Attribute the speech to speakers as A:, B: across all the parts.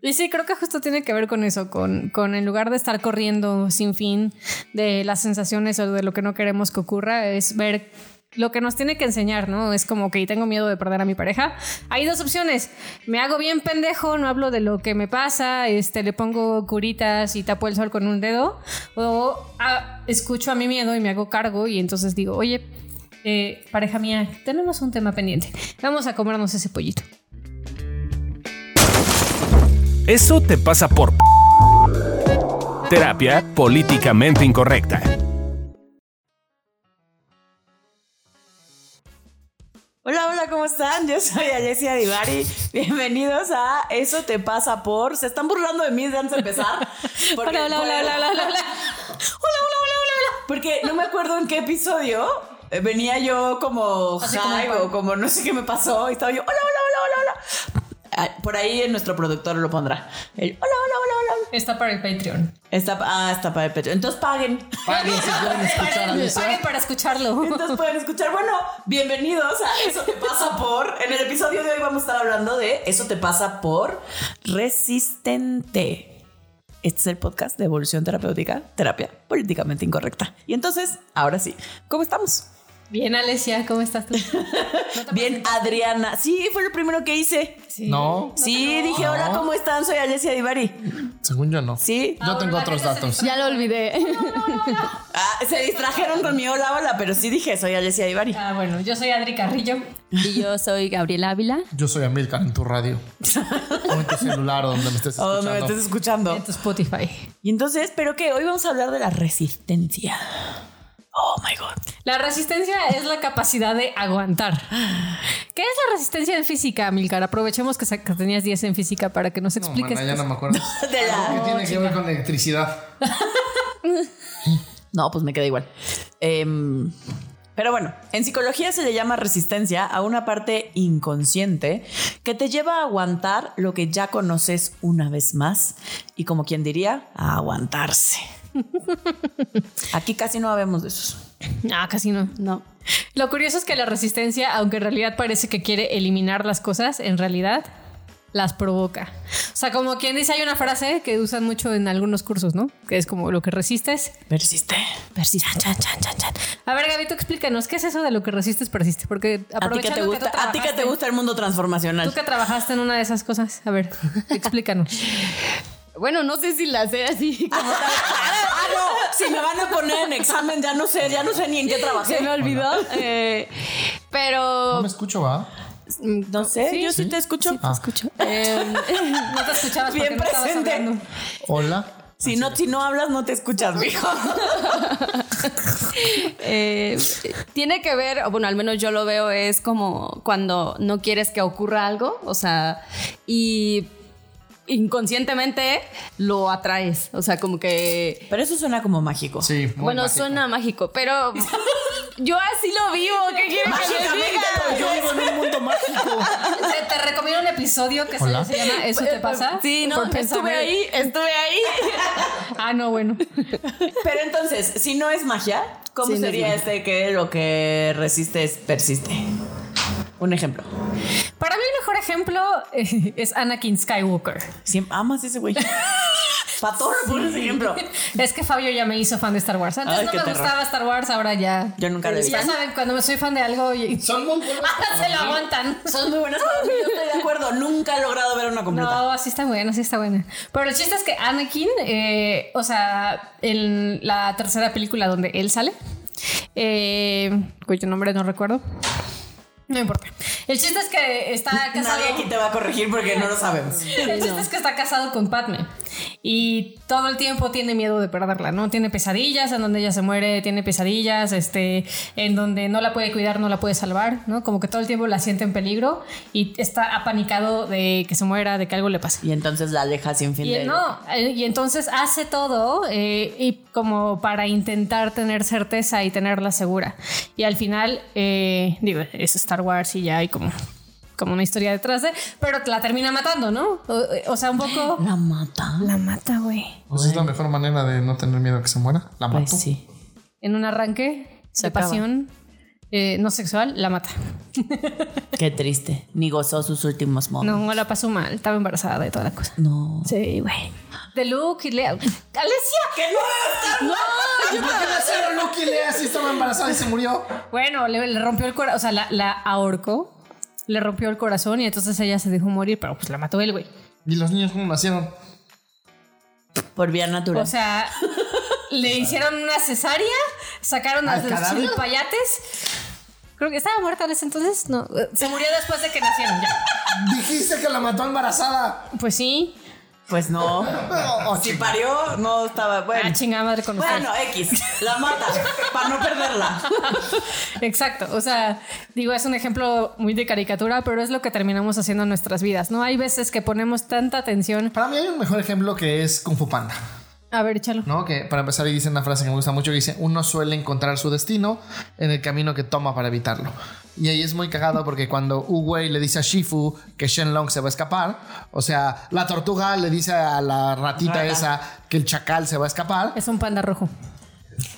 A: Y sí, creo que justo tiene que ver con eso, con, con en lugar de estar corriendo sin fin de las sensaciones o de lo que no queremos que ocurra, es ver lo que nos tiene que enseñar, ¿no? Es como que tengo miedo de perder a mi pareja. Hay dos opciones. Me hago bien pendejo, no hablo de lo que me pasa, este, le pongo curitas y tapo el sol con un dedo. O ah, escucho a mi miedo y me hago cargo y entonces digo, oye, eh, pareja mía, tenemos un tema pendiente. Vamos a comernos ese pollito.
B: Eso te pasa por... p- Terapia políticamente incorrecta.
C: Hola, hola, ¿cómo están? Yo soy Alessia Divari. Bienvenidos a Eso te pasa por. Se están burlando de mí desde antes de empezar. Porque-
A: Hola, hola, hola, hola, hola, hola, hola.
C: Porque no me acuerdo en qué episodio eh, venía yo como
A: Así como
C: high
A: Juan.
C: o como no sé qué me pasó y estaba yo, hola, hola, hola, hola, hola. Ah, Por ahí en nuestro productor lo pondrá. El, hola, hola, hola, hola. hola.
A: Está para el Patreon.
C: Está, ah, está para el pecho. Entonces paguen.
D: Paguen si pueden escuchar a Alessia.
A: Paguen para escucharlo.
C: Entonces pueden escuchar. Bueno, bienvenidos a Eso te pasa por. En el episodio de hoy vamos a estar hablando de Eso te pasa por resistente. Este es el podcast de evolución terapéutica, terapia políticamente incorrecta. Y entonces, ahora sí, ¿cómo estamos?
A: Bien, Alesia, ¿cómo estás tú? No te
C: Bien, Adriana. Sí, fue lo primero que hice.
A: Sí.
D: No.
C: Sí, dije,
D: No.
C: hola, ¿cómo están? Soy Alessia Divari.
D: Según yo no.
C: Sí.
D: Yo tengo otros datos.
E: Ya lo olvidé.
C: Ah, se distrajeron con mi hola, hola, pero sí dije, soy Alessia Divari.
A: Ah, bueno, yo soy Adri Carrillo.
E: Y yo soy Gabriela Ávila.
D: Yo soy Amilcar en tu radio. o en tu celular o donde me estés
C: Oh,
D: escuchando.
C: me estás escuchando.
A: En tu Spotify.
C: Y entonces, ¿pero qué? Hoy vamos a hablar de la resistencia. Oh my God.
A: La resistencia es la capacidad de aguantar. ¿Qué es la resistencia en física, Milcar? Aprovechemos que, sa- que tenías 10 en física para que nos
D: No,
A: expliques.
D: mana, ya
A: qué
D: no
A: es.
D: me acuerdo.
C: De la-
D: ¿Qué tiene que ver con electricidad?
C: No, pues me queda igual. Em, pero bueno, en psicología se le llama resistencia a una parte inconsciente que te lleva a aguantar lo que ya conoces una vez más y como quien diría, a aguantarse. Aquí casi no habemos de eso.
A: Ah, casi no.
E: No.
A: Lo curioso es que la resistencia, aunque en realidad parece que quiere eliminar las cosas, en realidad las provoca. O sea, como quien dice, hay una frase que usan mucho en algunos cursos, ¿no? Que es como lo que resistes,
C: Persiste.
A: persiste. Chan, chan, chan, chan. A ver, Gabito, explícanos, ¿qué es eso de lo que resistes, persiste? Porque
C: A ti que te
A: aprovechando
C: gusta,
A: tú
C: a ti que te
A: trabajaste-
C: gusta el mundo
A: Tú
C: transformacional.
A: que trabajaste en una de esas cosas, a ver, explícanos.
E: Bueno, no sé si la sé así. como tal.
C: Ah, no, si me van a poner en examen, ya no sé, ya no sé ni en qué
E: Se me
C: trabajé.
E: olvidó. Eh,
D: No
E: pero.
D: me escucho, ¿va?
C: No sé, yo sí te escucho.
D: Ah,
E: Escucho. Eh,
A: No te escuchabas
C: Bien
A: porque no estabas
C: presente.
A: hablando.
D: Hola.
C: Si no, si no hablas, no te escuchas, mijo.
E: eh, tiene que ver, o bueno, al menos yo lo veo, es como cuando no quieres que ocurra algo, o sea, y inconscientemente lo atraes, o sea, como que
C: Pero eso suena como mágico.
D: Sí, muy
E: bueno,
D: mágico.
E: suena mágico, pero yo así lo vivo, ¿qué quiere que les
C: Mágicamente pues, lo
E: diga?
D: Yo vivo en un mundo mágico.
A: Te, te recomiendo un episodio que se,
D: Hola.
A: se llama ¿Eso
C: Pues, eh,
A: te pasa?
E: Sí, no,
A: Por
E: estuve
A: pensarme-
E: ahí, estuve ahí.
A: Ah, no, bueno.
C: Pero entonces, si no es magia, ¿cómo
E: Sí, no es
C: sería
E: magia.
C: este que lo que resistes persiste? Un ejemplo.
A: Para mí el mejor ejemplo eh, es Anakin Skywalker.
C: Siempre amas ese güey. Para todo le pones ejemplo.
A: Es que Fabio ya me hizo fan de Star Wars. Antes
C: Ay,
A: no
C: qué
A: me
C: terror.
A: gustaba Star Wars, ahora ya.
C: Yo nunca lo he
A: Y Ya
C: visto.
A: saben, cuando me soy fan de algo, y- Ah,
D: Son muy buenos.
A: se lo aguantan.
C: Son muy buenas para mí, yo estoy de acuerdo. Nunca he logrado ver una completa.
A: No, así está buena, así está buena. Pero el chiste es que Anakin, eh, o sea, en la tercera película donde él sale, eh, cuyo nombre no recuerdo, no importa. El chiste es que está casado.
C: Nadie aquí te va a corregir porque no lo sabemos.
A: El chiste es que está casado con Padme y todo el tiempo tiene miedo de perderla, ¿no? Tiene pesadillas en donde ella se muere, tiene pesadillas, este, en donde no la puede cuidar, no la puede salvar, ¿no? Como que todo el tiempo la siente en peligro y está apanicado de que se muera, de que algo le pase.
C: Y entonces la aleja sin fin
A: Y,
C: de
A: no, eh, y entonces hace todo eh, y como para intentar tener certeza y tenerla segura. Y al final, eh, digo, es Star Wars y ya hay como, como una historia detrás de, pero la termina matando, ¿no? O, o sea, un poco...
C: La mata.
A: La mata, güey.
D: Pues es la mejor manera de no tener miedo a que se muera. La mato.
C: Pues sí.
A: En un arranque
E: Se
A: de
E: acaba.
A: pasión. eh, no sexual, la mata.
C: Qué triste. Ni gozó sus últimos
E: Oh.
C: momentos.
A: No, la pasó mal. Estaba embarazada y toda la cosa.
C: No.
A: Sí, güey. De Luke y Lea. ¡Alesia!
D: ¿Por qué nacieron Luke y Lea si estaba embarazada y se murió?
A: Bueno, le, le rompió el corazón. O sea, la, la ahorcó. Le rompió el corazón y entonces ella se dejó morir, pero pues la mató él, güey.
D: ¿Y los niños cómo nacieron?
C: Por vía natural.
A: O sea, le hicieron una cesárea, sacaron a
D: ¿Al
A: los
D: cadáver?
A: payates. Creo que estaba muerta en ese entonces. No, eh, se murió después de que nacieron ya.
D: Dijiste que la mató embarazada.
A: Pues sí.
C: pues no. O, o si parió, no estaba. Bueno.
A: Ah, chingada madre con ustedes.
C: Bueno, X, la mata, para no perderla.
A: Exacto, o sea, digo, es un ejemplo muy de caricatura, pero es lo que terminamos haciendo en nuestras vidas, ¿no? Hay veces que ponemos tanta atención.
D: Para mí hay un mejor ejemplo que es Kung Fu Panda,
A: A ver, échalo.
D: ¿no? Que para empezar ahí dice una frase que me gusta mucho que dice, uno suele encontrar su destino en el camino que toma para evitarlo. Y ahí es muy cagado porque cuando Wu Wei le dice a Shifu que Shenlong se va a escapar, o sea, la tortuga le dice a la ratita
C: Rata.
D: esa que el chacal se va a escapar,
A: Es un panda rojo.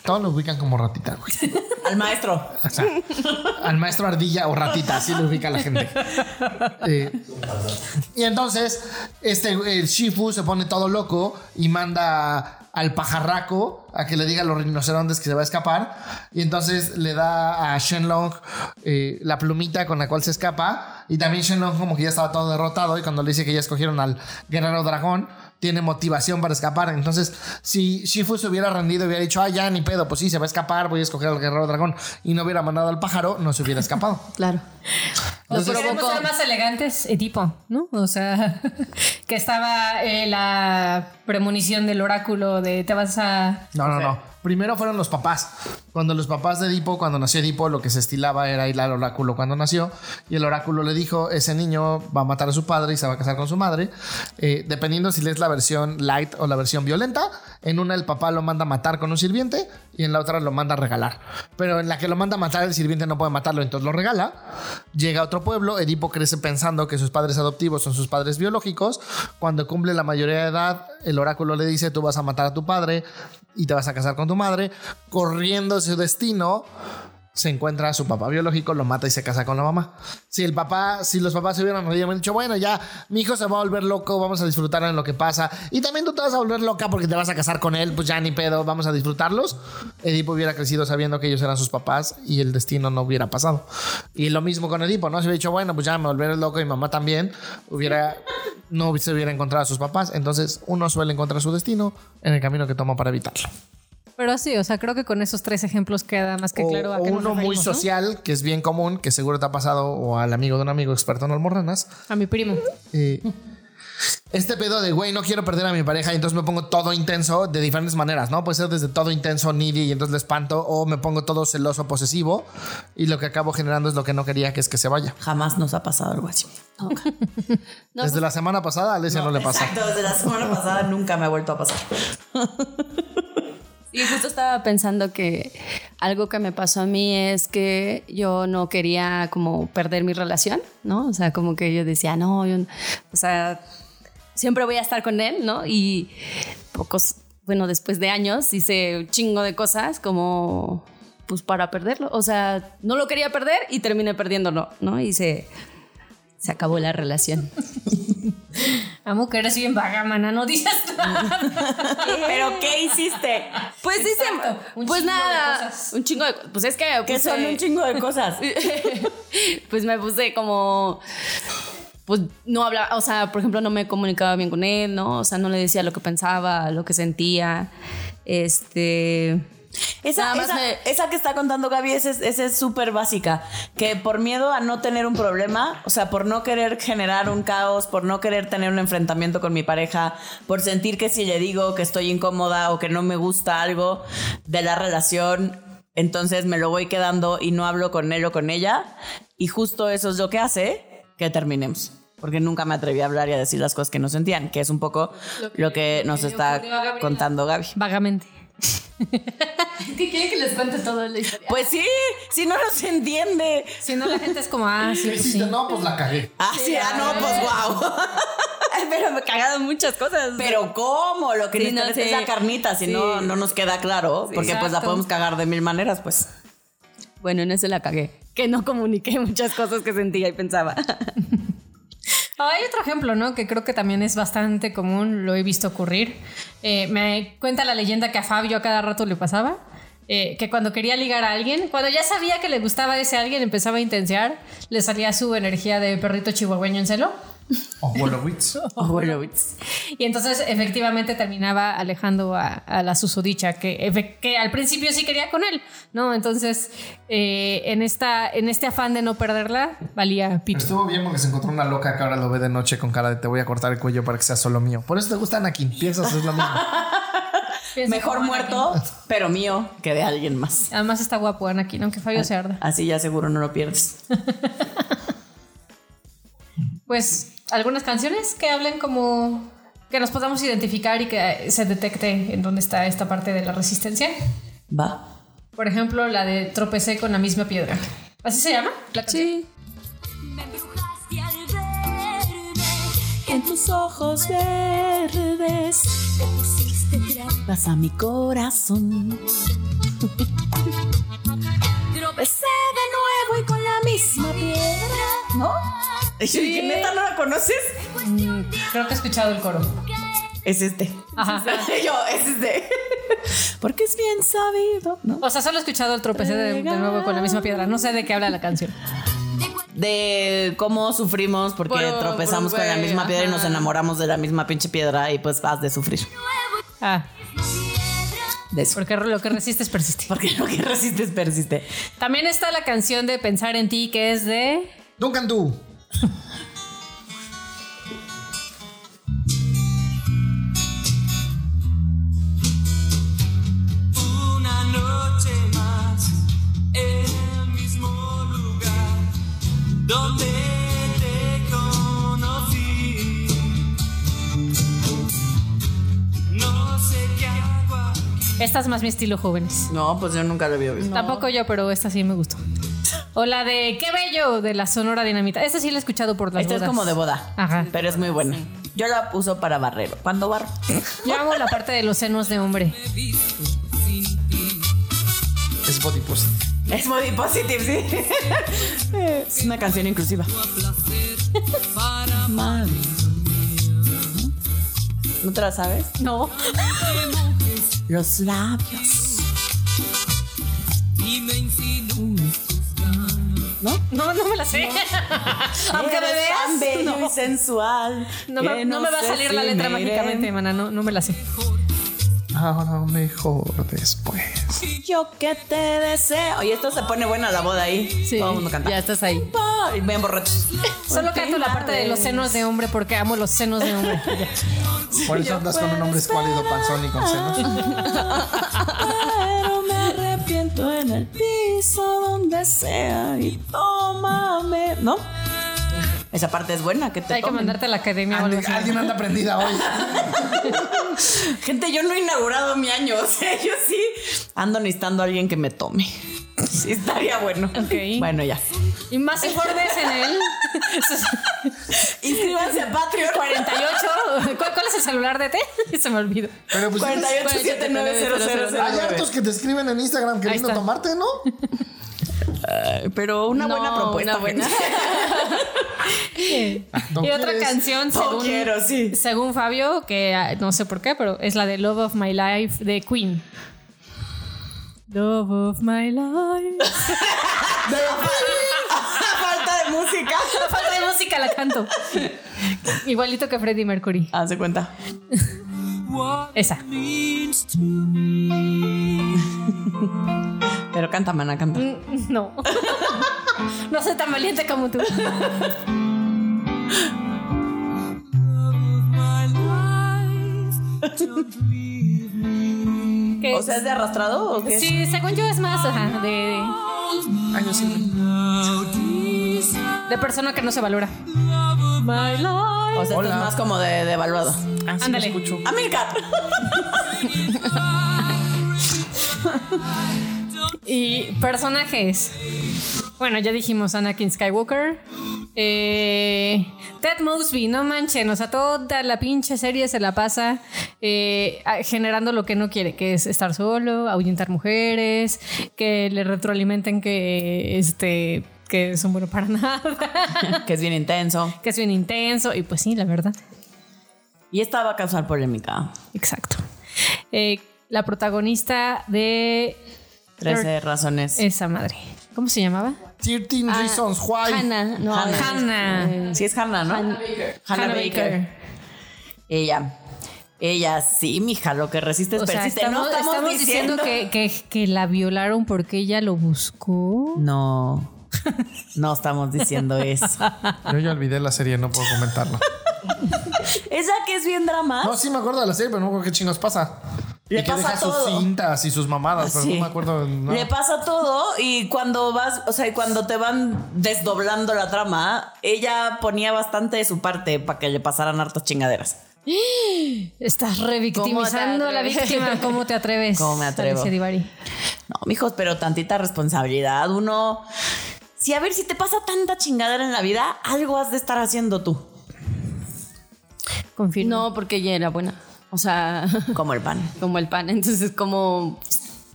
D: todos lo ubican como ratita, güey.
C: Al maestro.
D: O sea, al maestro ardilla o ratita, así lo ubica la gente. Eh, y entonces, este el Shifu se pone todo loco y manda al pajarraco a que le diga a los rinocerontes que se va a escapar. Y entonces le da a Shenlong eh, la plumita con la cual se escapa. Y también Shenlong como que ya estaba todo derrotado y cuando le dice que ya escogieron al guerrero dragón, tiene motivación para escapar. Entonces, si Shifu se hubiera rendido y hubiera dicho, ah, ya ni pedo, pues sí, se va a escapar, voy a escoger al guerrero dragón, y no hubiera mandado al pájaro, no se hubiera escapado.
E: Claro.
A: Los
E: Entonces-
A: queremos ser más elegantes, Edipo, ¿no? O sea, que estaba eh, la premonición del oráculo de te vas a...
D: No, no, no. Primero fueron los papás. Cuando los papás de Edipo, cuando nació Edipo, lo que se estilaba era ir al oráculo cuando nació. Y el oráculo le dijo, ese niño va a matar a su padre y se va a casar con su madre. Eh, dependiendo si lees la versión light o la versión violenta, en una el papá lo manda a matar con un sirviente y en la otra lo manda a regalar. Pero en la que lo manda a matar, el sirviente no puede matarlo, entonces lo regala. Llega a otro pueblo, Edipo crece pensando que sus padres adoptivos son sus padres biológicos. Cuando cumple la mayoría de edad, el oráculo le dice, tú vas a matar a tu padre y te vas a casar con tu madre. Corriendo su destino, se encuentra a su papá biológico, lo mata y se casa con la mamá. Si el papá, si los papás se hubieran reído, hubieran dicho, bueno, ya, mi hijo se va a volver loco, vamos a disfrutar en lo que pasa. Y también tú te vas a volver loca porque te vas a casar con él, pues ya ni pedo, vamos a disfrutarlos. Edipo hubiera crecido sabiendo que ellos eran sus papás y el destino no hubiera pasado. Y lo mismo con Edipo, ¿no? Si hubiera dicho, bueno, pues ya me volveré loco y mamá también, hubiera, no se hubiera encontrado a sus papás. Entonces uno suele encontrar su destino en el camino que toma para evitarlo.
A: Pero sí, o sea, creo que con esos tres ejemplos queda más que
D: O-
A: claro. a
D: o
A: qué nos
D: uno muy
A: referimos, ¿no?
D: social, que es bien común, que seguro te ha pasado, o al amigo de un amigo experto en almorranas.
A: A mi primo.
D: eh, este pedo de, güey, no quiero perder a mi pareja, y entonces me pongo todo intenso de diferentes maneras, ¿no? Puede ser desde todo intenso, needy, y entonces le espanto, o me pongo todo celoso, posesivo, y lo que acabo generando es lo que no quería, que es que se vaya.
C: Jamás nos ha pasado algo así.
E: No,
A: pues
D: desde la semana pasada a Alesia no, le pasa.
C: Exacto, desde la semana pasada nunca me ha vuelto a pasar.
E: Y justo estaba pensando que algo que me pasó a mí es que yo no quería como perder mi relación, ¿no? O sea, como que yo decía, no, yo, no- o sea, siempre voy a estar con él, ¿no? Y pocos, bueno, después de años hice un chingo de cosas como, pues para perderlo. O sea, no lo quería perder y terminé perdiéndolo, ¿no? Y se, se acabó la relación.
A: Amo que eres bien vaga, mana, no dices nada. Eh.
C: ¿Pero qué hiciste?
E: Pues dice,
A: Exacto, un
E: pues
A: chingo de
E: nada,
A: cosas.
E: un chingo de cosas. Pues es que...
C: Que
E: puse-
C: son un chingo de cosas.
E: pues me puse como pues no hablaba, o sea, por ejemplo, no me comunicaba bien con él, ¿no? O sea, no le decía lo que pensaba, lo que sentía. Este
C: Esa,
E: Nada más
C: esa-
E: me-
C: esa que está contando Gaby, esa es- esa es súper básica. Que por miedo a no tener un problema, o sea, por no querer generar un caos, por no querer tener un enfrentamiento con mi pareja, por sentir que si le digo que estoy incómoda o que no me gusta algo de la relación, entonces me lo voy quedando y no hablo con él o con ella. Y justo eso es lo que hace que terminemos. Porque nunca me atreví a hablar y a decir las cosas que no sentían, que es un poco lo que, nos está contando Gaby.
A: Vagamente.
E: ¿Qué quieren que les cuente toda la historia?
C: Pues sí, si no nos entiende.
A: Si no, la gente es como, ah, sí,
D: ¿Qué
A: pues
D: hiciste?
A: sí.
D: No, pues la cagué.
C: Ah, sí, ah, no, pues wow.
E: Pero me cagaron muchas cosas.
C: Pero ¿cómo? Lo que
E: Sí,
C: necesitan
E: no,
C: es la
E: sí.
C: carnita, si
E: Sí.
C: no, no nos queda claro, porque pues la
A: Exacto.
C: podemos cagar de mil maneras, pues.
E: Bueno, en ese la cagué. Que no comuniqué muchas cosas que sentía y pensaba.
A: Ah, Hay otro ejemplo, ¿no? Que creo que también es bastante común, lo he visto ocurrir. Eh, me cuenta la leyenda que a Fabio a cada rato le pasaba. eh, que cuando quería ligar a alguien, cuando ya sabía que le gustaba ese alguien, empezaba a intensear, le salía su energía de perrito chihuahueño en celo.
D: O Oh, Wolowitz.
C: Oh,
A: Y entonces efectivamente terminaba alejando a, a la susodicha, que, efe- que al principio sí quería con él, ¿no? Entonces, eh, en, esta, en este afán de no perderla, valía pito.
D: Estuvo bien porque se encontró una loca que ahora lo ve de noche con cara de te voy a cortar el cuello para que sea solo mío. Por eso te gustan aquí. Piensas, es lo mismo.
A: Pienso
C: Mejor
A: como
C: muerto, pero mío, que de alguien más.
A: Anakin. Además está guapo Anakin, aunque
C: Ah.
A: Fabio se arda.
C: Así ya seguro no lo pierdes.
A: Pues algunas canciones que hablen como que nos podamos identificar y que se detecte en dónde está esta parte de la resistencia.
C: Va.
A: Por ejemplo, la de Tropecé con la misma piedra. ¿Así se llama? La canción.
E: Sí.
F: Me embrujaste al verme,
C: En tus ojos verdes
F: te pusiste trampa.
C: vas a mi corazón.
F: Tropecé de nuevo y con la misma piedra.
C: ¿No? ¿Y neta no la conoces?
A: Creo que he escuchado el coro.
C: Es este.
A: Ajá.
C: Yo, es este. Porque es bien sabido, ¿no?
A: O sea, solo he escuchado el tropecé de, de nuevo con la misma piedra. No sé de qué habla la canción.
C: De cómo sufrimos porque
E: Por-
C: tropezamos
E: por
C: con la
E: güey,
C: misma piedra y nos
E: ajá.
C: enamoramos de la misma pinche piedra y pues vas de sufrir.
A: Ah,
C: De eso.
A: porque lo que resiste es persistir.
C: Porque lo que resistes persiste.
A: También está la canción de Pensar en ti, que es de.
D: Duncan Du.
G: Una noche más en el mismo lugar donde te conocí. No sé qué hago aquí.
A: Esta es más mi estilo jóvenes.
C: No, pues yo nunca lo había visto.
A: Tampoco yo, pero esta sí me gustó. O la de Qué bello de la Sonora Dinamita. Esta sí la he escuchado por las
C: Esta es
A: bodas.
C: como de boda.
A: Ajá.
C: Pero es muy buena. Yo la uso para barrero. Cuando barro.
A: Yo amo la parte de los senos de hombre.
D: Es body positive.
C: Es body positive, sí. es una canción inclusiva. Madre. ¿No te la sabes?
A: No.
C: Los labios. ¿No?
A: No, no me la sé. Aunque me
C: Eres tan
A: veas.
C: bello
A: No.
C: y sensual.
A: No
C: que
A: me, no me va a
C: sé
A: salir la
C: si
A: letra
C: me iré. Pues
A: mágicamente, mana. No, no me la sé.
D: Ahora mejor después.
C: Yo que te deseo. Oye, esto se pone buena la boda ahí.
E: Sí.
C: Todo el mundo canta.
E: Ya estás ahí.
C: Pa- Y ven borrachos.
A: Solo canto la parte de los senos de hombre porque amo los senos de hombre.
D: Por eso andas con un hombre escuálido, panzón y con senos.
C: Pero me arrepiento en el piso donde sea y tómame. ¿No? Esa parte es buena, que te
A: Hay que
C: tomen.
A: mandarte a la academia o algo
D: Ande-
A: así.
D: Alguien anda prendida hoy.
C: Gente, yo no he inaugurado mi año, o sea, yo sí ando necesitando a alguien que me tome. Sí, estaría bueno.
A: Ok.
C: Bueno, ya.
A: Y más informes en él.
C: Inscríbanse a Patreon 48.
A: 48. ¿Cuál, cuál es el celular de T? Se me olvidó.
D: Pero pues tienes-
C: 48790000.
D: hay hartos que te escriben en Instagram queriendo
A: está.
D: tomarte, ¿no?
C: Pero una
E: No,
C: buena propuesta.
E: una buena.
C: gente.
D: No
A: y otra
D: quieres.
A: canción,
C: No
A: según,
C: quiero, sí.
A: según Fabio, que ah, no sé por qué, pero es la de Love of My Life de Queen. Love of my life.
C: Falta de música.
A: No falta de música, la canto. Igualito que Freddie Mercury.
C: Haz de cuenta.
A: Esa.
C: Pero canta, mana, canta.
A: No. No soy tan valiente como tú. Que
C: O sea, ¿es de arrastrado o qué?
A: Pues Sí, según yo es más, ajá, de, de, de persona que no se valora. My life.
C: O sea, esto es más como de devaluado. Ah,
A: Ándale.
C: Amilcar.
A: Y personajes. Bueno, ya dijimos Anakin Skywalker, Eh, Ted Mosby, no manchen, o sea, toda la pinche serie se la pasa eh, a- generando lo que no quiere, que es estar solo, ahuyentar mujeres, que le retroalimenten que este que es un bueno para nada,
C: que es bien intenso.
A: que es bien intenso, y pues sí, la verdad.
C: Y esta va a causar polémica.
A: Exacto. Eh, la protagonista de
C: 13 razones.
A: esa madre. ¿Cómo se llamaba?
D: 13 Reasons Why.
E: Hannah, no.
C: Ah, Hannah.
E: es-
A: Hannah.
C: Sí, es Hannah, ¿no? Hannah Baker.
A: Hannah Baker.
C: Ella. Ella sí, mija, lo que resiste es
A: O sea,
C: persiste.
A: estamos,
C: no estamos,
A: estamos diciendo, que, que- que la violaron porque ella lo buscó.
C: No. No estamos diciendo eso.
D: Yo ya olvidé la serie, no puedo comentarla.
C: Esa que es bien drama.
D: No, sí me acuerdo de la serie, pero no me acuerdo qué chingos pasa.
C: Le
D: y que
C: pasa
D: deja
C: todo. Ah,
D: sus cintas y sus mamadas, pero
C: Sí.
D: no me acuerdo. de nada.
C: Le pasa todo y cuando vas, o sea, y cuando te van desdoblando la trama, ella ponía bastante de su parte para que le pasaran hartas chingaderas.
A: Estás revictimizando a la
E: atreves?
A: víctima. ¿Cómo te atreves?
C: ¿Cómo me atrevo?
A: Alicia Divari?
C: No, mijos, pero tantita responsabilidad. Uno, si a ver, si te pasa tanta chingadera en la vida, algo has de estar haciendo tú,
A: Confirmo.
E: No, porque ella era buena. O sea,
C: como el pan.
E: como el pan. Entonces, como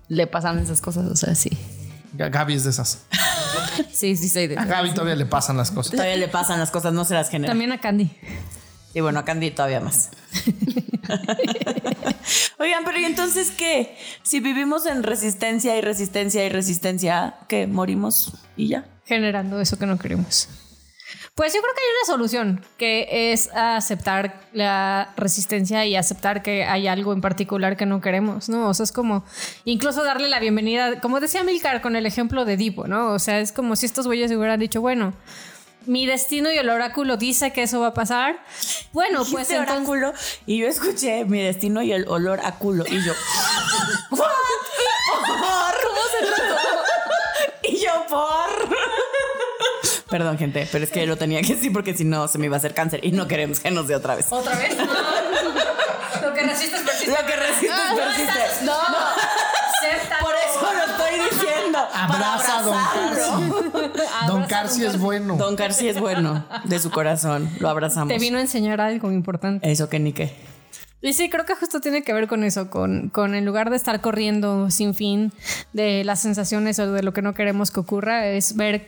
E: le pasan esas cosas. O sea, sí.
D: G- Gaby es de esas.
E: Sí, sí, soy de.
D: A Gaby todavía le pasan las cosas.
C: Todavía le pasan las cosas, no se las genera.
A: También a Candy.
C: Y bueno, a Candy todavía más. Oigan, pero ¿y entonces qué? Si vivimos en resistencia y resistencia y resistencia, ¿qué? ¿Morimos y ya?
A: Generando eso que no queremos. Pues yo creo que hay una solución, que es aceptar la resistencia y aceptar que hay algo en particular que no queremos, ¿no? O sea, es como incluso darle la bienvenida, como decía Milcar con el ejemplo de Dipo, ¿no? O sea, es como si estos güeyes hubieran dicho, bueno, mi destino y el oráculo dice que eso va a pasar. Bueno, pues
C: Dijiste
A: entonces...
C: este oráculo y yo escuché mi destino y el olor a culo y yo ¿What? ¿Por? y yo por Perdón, gente, pero es que lo tenía que decir porque si no se me iba a hacer cáncer y no queremos que nos dé otra vez.
A: ¿Otra vez? Lo que resistes persiste.
C: Lo que resistes persiste.
A: No, acepta.
C: Por eso lo estoy diciendo.
D: Abraza a Don
C: Don
D: Don Carci es bueno.
C: Don García es bueno, de su corazón. Lo abrazamos.
A: Te vino a enseñar algo importante.
C: Eso que ni qué.
A: Y sí, creo que justo tiene que ver con eso, con, con en lugar de estar corriendo sin fin de las sensaciones o de lo que no queremos que ocurra, es ver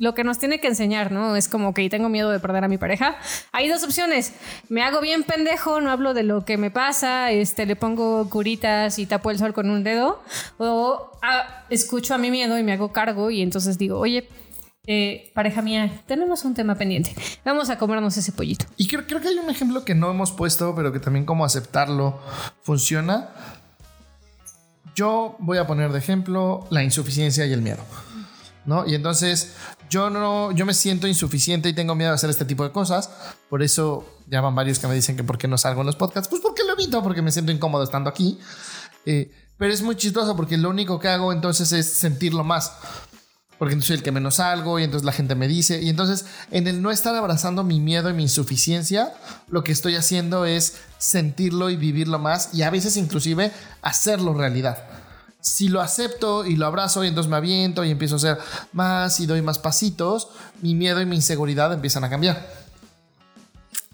A: lo que nos tiene que enseñar, ¿no? Es como que tengo miedo de perder a mi pareja. Hay dos opciones. Me hago bien pendejo, no hablo de lo que me pasa, este, le pongo curitas y tapo el sol con un dedo. O ah, escucho a mi miedo y me hago cargo y entonces digo, oye, eh, pareja mía, tenemos un tema pendiente. Vamos a comernos ese pollito.
D: Y creo, creo que hay un ejemplo que no hemos puesto, pero que también como aceptarlo funciona. Yo voy a poner de ejemplo la insuficiencia y el miedo. ¿No? Y entonces yo no, yo me siento insuficiente y tengo miedo de hacer este tipo de cosas. Por eso ya van varios que me dicen que por qué no salgo en los podcasts. Pues porque lo evito, porque me siento incómodo estando aquí. Eh, pero es muy chistoso porque lo único que hago entonces es sentirlo más. Porque entonces soy el que menos salgo y entonces la gente me dice. Y entonces en el no estar abrazando mi miedo y mi insuficiencia, lo que estoy haciendo es sentirlo y vivirlo más y a veces inclusive hacerlo realidad. Si lo acepto y lo abrazo y entonces me aviento y empiezo a hacer más y doy más pasitos, mi miedo y mi inseguridad empiezan a cambiar.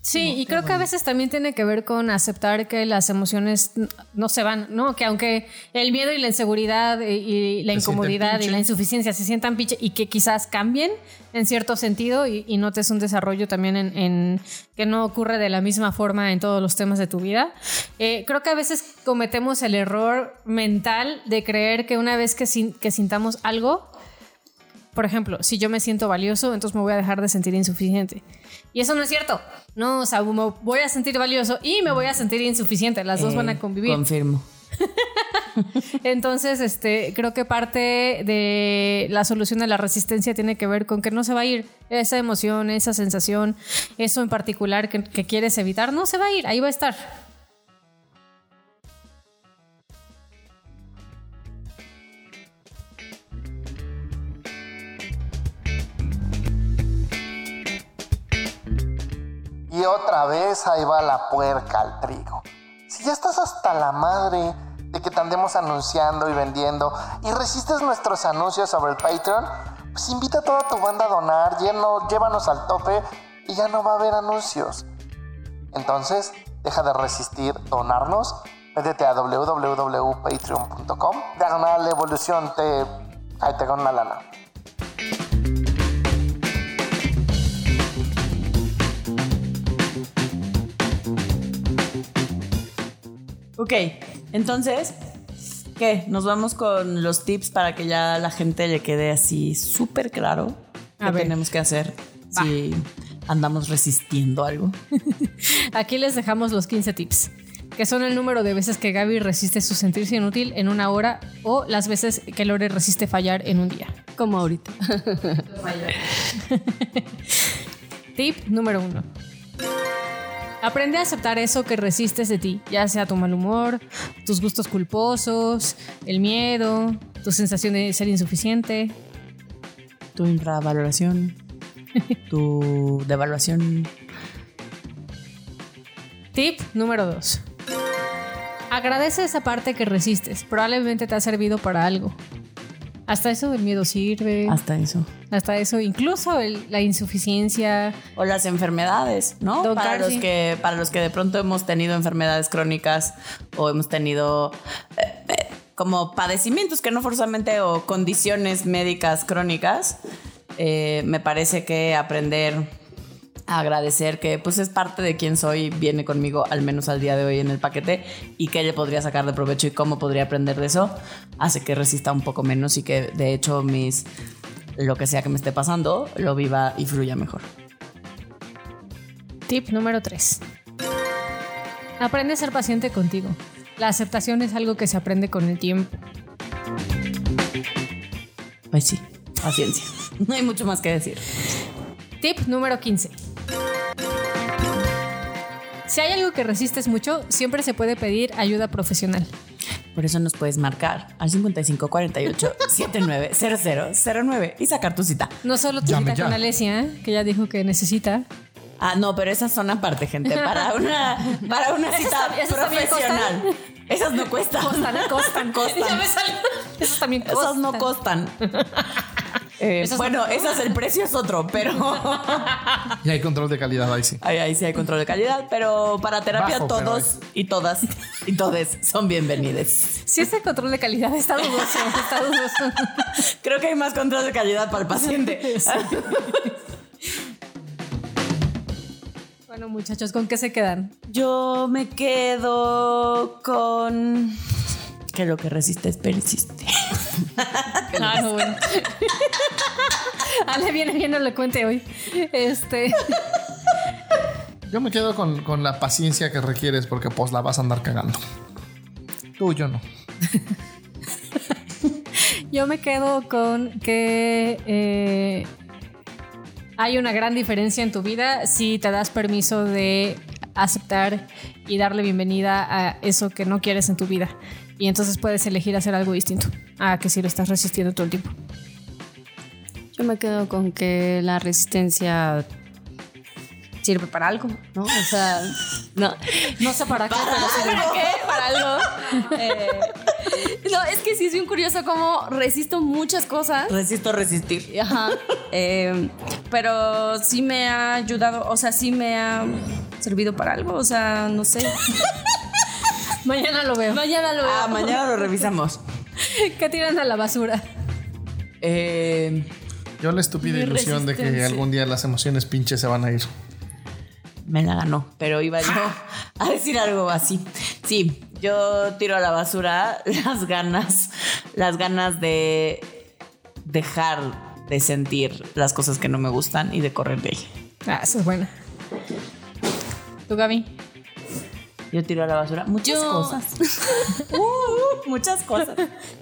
A: Sí, y creo que a veces también tiene que ver con aceptar que las emociones n- no se van, ¿no? Que aunque el miedo y la inseguridad y, y la
D: Se sienten
A: incomodidad y
D: pinche.
A: la insuficiencia se sientan pinche y que quizás cambien en cierto sentido y, y notes un desarrollo también en, en- que no ocurre de la misma forma en todos los temas de tu vida. Eh, creo que a veces cometemos el error mental de creer que una vez que, sin- que sintamos algo, por ejemplo, si yo me siento valioso, entonces me voy a dejar de sentir insuficiente. Y eso no es cierto. No, o sea, me voy a sentir valioso y me voy a sentir insuficiente. Las dos van
C: Eh,
A: a convivir.
C: Confirmo.
A: Entonces, este, creo que parte de la solución de la resistencia tiene que ver con que no se va a ir esa emoción, esa sensación, eso en particular que, que quieres evitar, no se va a ir, ahí va a estar.
H: Y otra vez ahí va la puerca al trigo. Si ya estás hasta la madre de que te andemos anunciando y vendiendo y resistes nuestros anuncios sobre el Patreon, pues invita a toda tu banda a donar, lleno- llévanos al tope y ya no va a haber anuncios. Entonces, deja de resistir donarnos. Métete a www.patreon.com, diagonal evolución, te... ahí te con una lana.
C: Ok, entonces, ¿qué? Nos vamos con los tips para que ya la gente le quede así súper claro
A: A
C: qué
A: ver.
C: tenemos que hacer si andamos resistiendo algo.
A: Aquí les dejamos los 15 tips, que son el número de veces que Gaby resiste su sentirse inútil en una hora o las veces que Lore resiste fallar en un día.
E: Como ahorita.
A: Tip número uno. Aprende a aceptar eso que resistes de ti, ya sea tu mal humor, tus gustos culposos, el miedo, tu sensación de ser insuficiente.
C: Tu infravaloración, tu devaluación.
A: Tip número 2. Agradece esa parte que resistes. Probablemente te ha servido para algo. Hasta eso el miedo sirve. Hasta,
C: Hasta eso.
A: eso, incluso el- la insuficiencia.
C: O las enfermedades, ¿no?
A: Don
C: para
A: Carlos,
C: los
A: sí.
C: que para los que de pronto hemos tenido enfermedades crónicas o hemos tenido eh, eh, como padecimientos que no forzosamente o condiciones médicas crónicas, eh, me parece que aprender a agradecer que pues es parte de quien soy, viene conmigo al menos al día de hoy en el paquete y qué le podría sacar de provecho y cómo podría aprender de eso, hace que resista un poco menos y que de hecho mis lo que sea que me esté pasando, lo viva y fluya mejor.
A: Tip número 3. Aprende a ser paciente contigo. La aceptación es algo que se aprende con el tiempo.
C: Pues sí, paciencia. No hay mucho más que decir.
A: Tip número 15. Si hay algo que resistes mucho, siempre se puede pedir ayuda profesional.
C: Por eso nos puedes marcar al 55 48 79 00 09 y sacar tu cita.
A: No solo tu
D: Llame
A: cita
D: ya.
A: con Alesia, que ya dijo que necesita.
C: Ah, no, pero esas son aparte, gente. Para una, para una cita
A: también- esas también
C: profesional. Esas no cuestan.
A: Costan, costan, Ya
C: Costan.
A: me salió. Esas también costan.
C: Esas no costan. Eh,
A: Esas no
C: bueno, esas el precio es otro, pero
D: Y hay control de calidad ahí sí.
C: ahí, ahí sí hay control de calidad. Pero para terapia
D: Bajo, pero
C: todos y todas y todes son bienvenidos.
A: Si ese control de calidad está dudoso, está dudoso.
C: Creo que hay más control de calidad para el paciente.
A: Bueno, muchachos, ¿con qué se quedan?
C: Yo me quedo con que lo que resistes persiste.
A: Ah, no, bueno. Ale viene bien elocuente hoy. Este,
D: Yo me quedo con, con la paciencia que requieres porque pues la vas a andar cagando. Tú, yo no.
A: yo me quedo con que eh, hay una gran diferencia en tu vida si te das permiso de aceptar y darle bienvenida a eso que no quieres en tu vida. Y entonces puedes elegir hacer algo distinto a que si lo estás resistiendo todo el tiempo.
E: Yo me quedo con que la resistencia sirve para algo, ¿no? O sea, no,
A: No sé para qué, pero sí.
E: ¿Para qué? Para algo. Eh, no, es que sí es bien curioso cómo resisto muchas cosas.
C: Resisto resistir.
E: Ajá. Eh, pero sí me ha ayudado, o sea, sí me ha servido para algo, o sea, no sé.
A: Mañana lo veo.
E: Mañana lo
C: Ah, mañana lo revisamos.
A: ¿Qué tiran a la basura?
C: Eh,
D: Yo la estúpida ilusión de que algún día las emociones pinches se van a ir.
C: me la ganó, pero iba yo a decir algo así. Sí, yo tiro a la basura las ganas, las ganas de dejar de sentir las cosas que no me gustan y de correr de ahí.
A: Ah, esa es buena. ¿Tú, Gaby?
C: Yo tiro a la basura muchas
E: Yo-
C: cosas. Uh, uh, muchas cosas.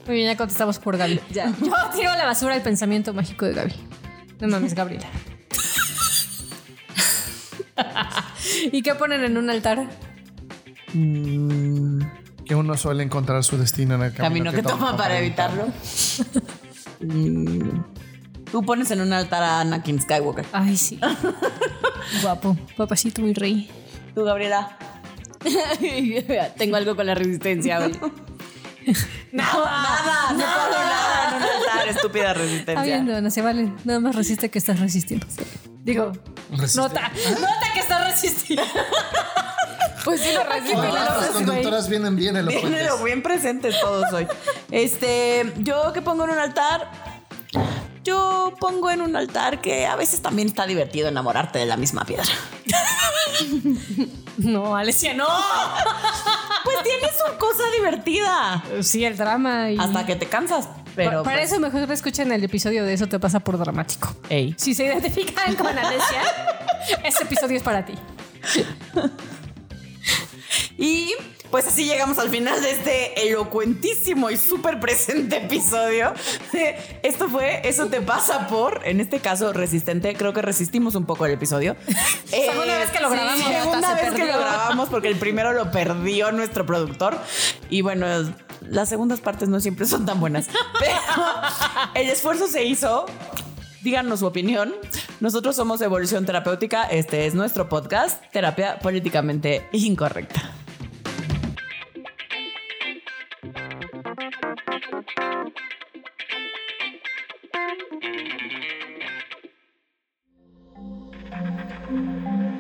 A: Muy bien, ya contestamos por Gaby.
E: Ya.
A: Yo tiro a la basura el pensamiento mágico de Gaby. No mames, Gabriela. ¿Y qué ponen en un altar?
C: Mm.
D: Que uno suele encontrar su destino en el camino,
C: camino que, toma, para evitarlo. Mm. Tú pones en un altar a Anakin Skywalker.
A: Ay, sí. Guapo. Papacito, muy rey.
C: Tú, Gabriela.
E: Tengo algo con la resistencia hoy.
A: Ah,
C: Nada, no, pongo nada en un altar. una estúpida
A: Está bien,
C: resistencia.
A: no, se vale. Nada más resiste que estás resistiendo. Digo, nota, nota que estás resistiendo.
E: Pues sí, lo resiste.
D: Las conductoras vienen bien elocuentes.
C: Díganlo bien presentes todos hoy. Este, yo que pongo en un altar. Yo pongo en un altar que a veces también está divertido enamorarte de la misma piedra.
A: No, Alesia, no.
C: Pues tiene su cosa divertida.
A: Sí, el drama. Y...
C: Hasta que te cansas. Pero
A: Pa- para
C: pues,
A: eso mejor escuchen el episodio de Eso te pasa por dramático.
C: ey.
A: Si se identifican con Alesia, este episodio es para ti.
C: Y pues así llegamos al final de este elocuentísimo y súper presente episodio. Esto fue Eso te pasa por, en este caso, resistente. Creo que resistimos un poco el episodio. Eh,
A: Segunda vez que lo grabamos, hasta
C: Segunda
A: se
C: vez que
A: perdió.
C: lo grabamos porque el primero lo perdió nuestro productor. Y bueno, las segundas partes no siempre son tan buenas. Pero el esfuerzo se hizo díganos su opinión. Nosotros somos Evolución Terapéutica. Este es nuestro podcast, Terapia Políticamente Incorrecta.